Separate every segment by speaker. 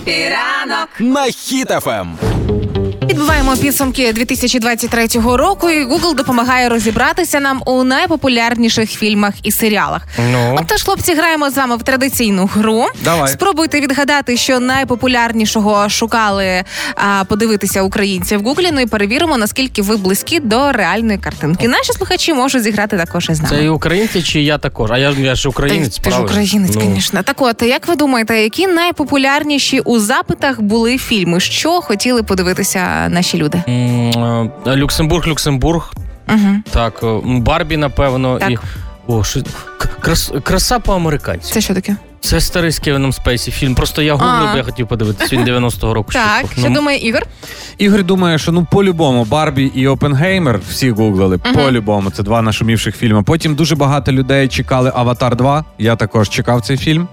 Speaker 1: Епіранок.
Speaker 2: на Хіт-ФМ.
Speaker 3: Підбиваємо підсумки 2023 року, і Google допомагає розібратися нам у найпопулярніших фільмах і серіалах.
Speaker 4: Ну.
Speaker 3: Отож, хлопці, граємо з вами в традиційну гру.
Speaker 4: Давай.
Speaker 3: Спробуйте відгадати, що найпопулярнішого шукали а, подивитися українці в Гуглі. Ну і перевіримо, наскільки ви близькі до реальної картинки. Наші слухачі можуть зіграти також із нами.
Speaker 4: Це і українці, чи я також? А я, ж- я ж
Speaker 3: Та й
Speaker 4: українець,
Speaker 3: ти ж
Speaker 4: правильно?
Speaker 3: українець,
Speaker 4: Ну.
Speaker 3: звісно. Так от, як ви думаєте, які найпопулярніші у запитах були фільми? Що хотіли подивитися наші люди?
Speaker 4: М, е, Люксембург, Люксембург.
Speaker 3: Угу.
Speaker 4: Так, е, м, Барбі, напевно,
Speaker 3: Так.
Speaker 4: і. О, що... к- крас... краса по-американськи. Це...
Speaker 3: Це що таке?
Speaker 4: старий з Кевіном Спейсі фільм. Просто я гуглив,
Speaker 3: А.
Speaker 4: бо я хотів подивитися. Він 90-го року.
Speaker 3: Так,
Speaker 4: ще
Speaker 3: що
Speaker 4: був. Ну,
Speaker 3: думає Ігор?
Speaker 5: Ігор думає, що ну по-любому Барбі і Опенгеймер всі гуглили. По-любому, це два нашумівших фільми. Потім дуже багато людей чекали Аватар 2. Я також чекав цей фільм.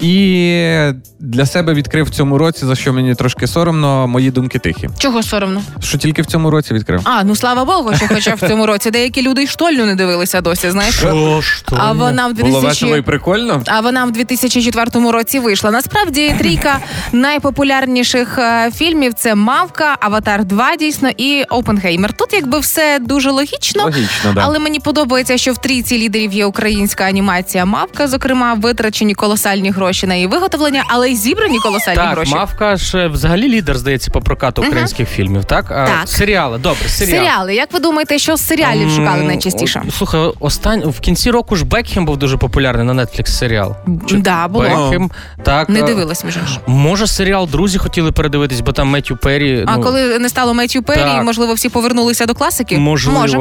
Speaker 5: І для себе відкрив в цьому році, за що мені трошки соромно, мої думки тихі.
Speaker 3: Чого соромно?
Speaker 5: Що тільки в цьому році відкрив.
Speaker 3: А, ну слава Богу, що хоча в цьому році деякі люди й штольню не дивилися досі, знаєш?
Speaker 4: Що, що?
Speaker 3: А вона в
Speaker 5: Було весело і
Speaker 3: 2000...
Speaker 5: прикольно.
Speaker 3: А вона в 2004 році вийшла. Насправді трійка найпопулярніших е, фільмів це Мавка, Аватар 2, дійсно, і Опенгеймер. Тут якби все дуже логічно.
Speaker 4: Ну,
Speaker 5: Логічно, да.
Speaker 3: Ну, Але мені подобається, що в трійці лідерів є українська анімація Мавка, зокрема, витрачені колосальні гроші на її виготовлення, але й зібрані колосальні
Speaker 4: Так,
Speaker 3: гроші.
Speaker 4: Мавка ж е, взагалі лідер, здається, по прокату українських фільмів, так? А,
Speaker 3: Так.
Speaker 4: Серіали, добре, серіали.
Speaker 3: Серіали. Як ви думаєте, що з серіалів шукали
Speaker 4: М,
Speaker 3: найчастіше?
Speaker 4: о, Слухай, остань в кінці року ж Бекхем був дуже популярний на Netflix серіал. Чи-
Speaker 3: Да, було.
Speaker 4: Бекхем, так.
Speaker 3: Не
Speaker 4: е,
Speaker 3: дивилась вже ж.
Speaker 4: Може, серіал друзі хотіли передивитись, бо там Меттю Перрі.
Speaker 3: А
Speaker 4: ну,
Speaker 3: коли не стало Меттю Перрі,
Speaker 4: так.
Speaker 3: можливо, всі повернулися до класики?
Speaker 4: Можливо.
Speaker 3: Може.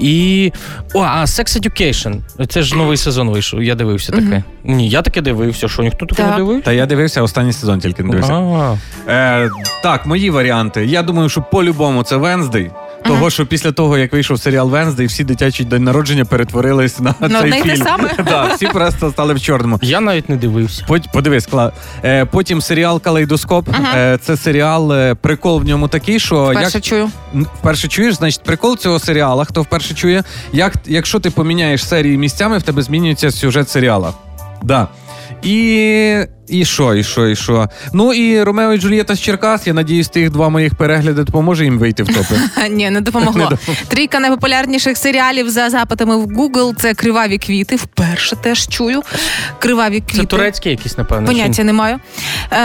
Speaker 4: І. О, а Sex Education. Це ж новий сезон вийшов. Я дивився таке. Ні, я таке дивився, що ніхто таке не
Speaker 3: Так.
Speaker 4: дивився.
Speaker 5: Та я дивився останній сезон, тільки не дивився.
Speaker 4: А,
Speaker 5: Е, так, мої варіанти. Я думаю, що по-любому це Венздей. Того, що після того, як вийшов серіал Венздей, всі дитячі день народження перетворились на
Speaker 3: На
Speaker 5: цей
Speaker 3: одне й те
Speaker 5: фільм.
Speaker 3: саме.
Speaker 5: Да, всі просто стали в чорному.
Speaker 4: я навіть не дивився.
Speaker 5: Пот- Подивись, кла. Е, потім серіал Калейдоскоп. Е, це серіал, е, прикол в ньому такий, що
Speaker 3: Перше
Speaker 5: як
Speaker 3: чую.
Speaker 5: м, вперше чуєш, значить прикол цього серіала, хто вперше чує, як, якщо ти поміняєш серії місцями, в тебе змінюється сюжет серіала. Да. І. І що, і що, і що. Ну і Ромео і Джульєта з Черкас, я надіюсь, тих два моїх перегляди допоможе їм вийти в топи.
Speaker 3: Ха, Ні, не допомогло. Трійка найпопулярніших серіалів за запитами в Google це криваві квіти. Вперше теж чую. Криваві квіти.
Speaker 4: Це турецький якийсь, напевно. чи ні?
Speaker 3: Поняття не маю. Е,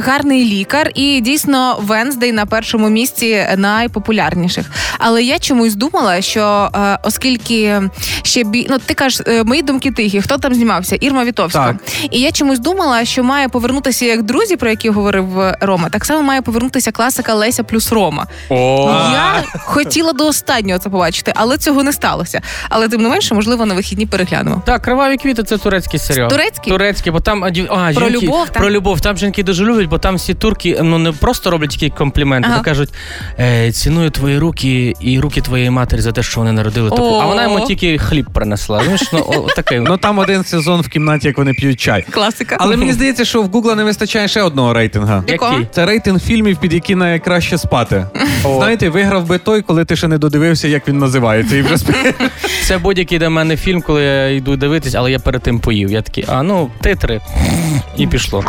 Speaker 3: гарний лікар, і дійсно Венздей на першому місці найпопулярніших. Але я чомусь думала, що е, оскільки ще бі... ну, ти кажеш, е, мої думки тихі, хто там знімався? Ірма Вітовська.
Speaker 5: Так.
Speaker 3: І я чомусь думала, що має повернутися як друзі, про які говорив е, Рома, так само має повернутися класика Леся плюс Рома. Я хотіла до останнього це побачити, але цього не сталося. Але тим не менше, можливо, на вихідні переглянемо.
Speaker 4: Так, криваві квіти це турецький серіал.
Speaker 3: Турецький?
Speaker 4: Турецький, бо там а, дів- а,
Speaker 3: Про
Speaker 4: жінки,
Speaker 3: любов, так?
Speaker 4: про любов. Там жінки дуже люблять, бо там всі турки ну не просто роблять такі компліменти,
Speaker 3: Ага.
Speaker 4: а кажуть, е, ціную твої руки і руки твоєї матері за те, що вони народили таку. А
Speaker 3: О.
Speaker 4: вона йому тільки хліб принесла. Знаєш, ну о, таке.
Speaker 5: Ну там один сезон в кімнаті, як вони п'ють чай.
Speaker 3: Класика.
Speaker 5: Але мені здається, що в Гугла не вистачає ще одного рейтинга.
Speaker 4: який?
Speaker 5: Це рейтинг фільмів, під які найкраще спати. Знаєте, виграв би той, коли ти ще не додивився, як він називається. І вже спи.
Speaker 4: Це будь-який для мене фільм, коли я йду дивитись, але я перед тим поїв. Я такий, а ну, титри. І пішло.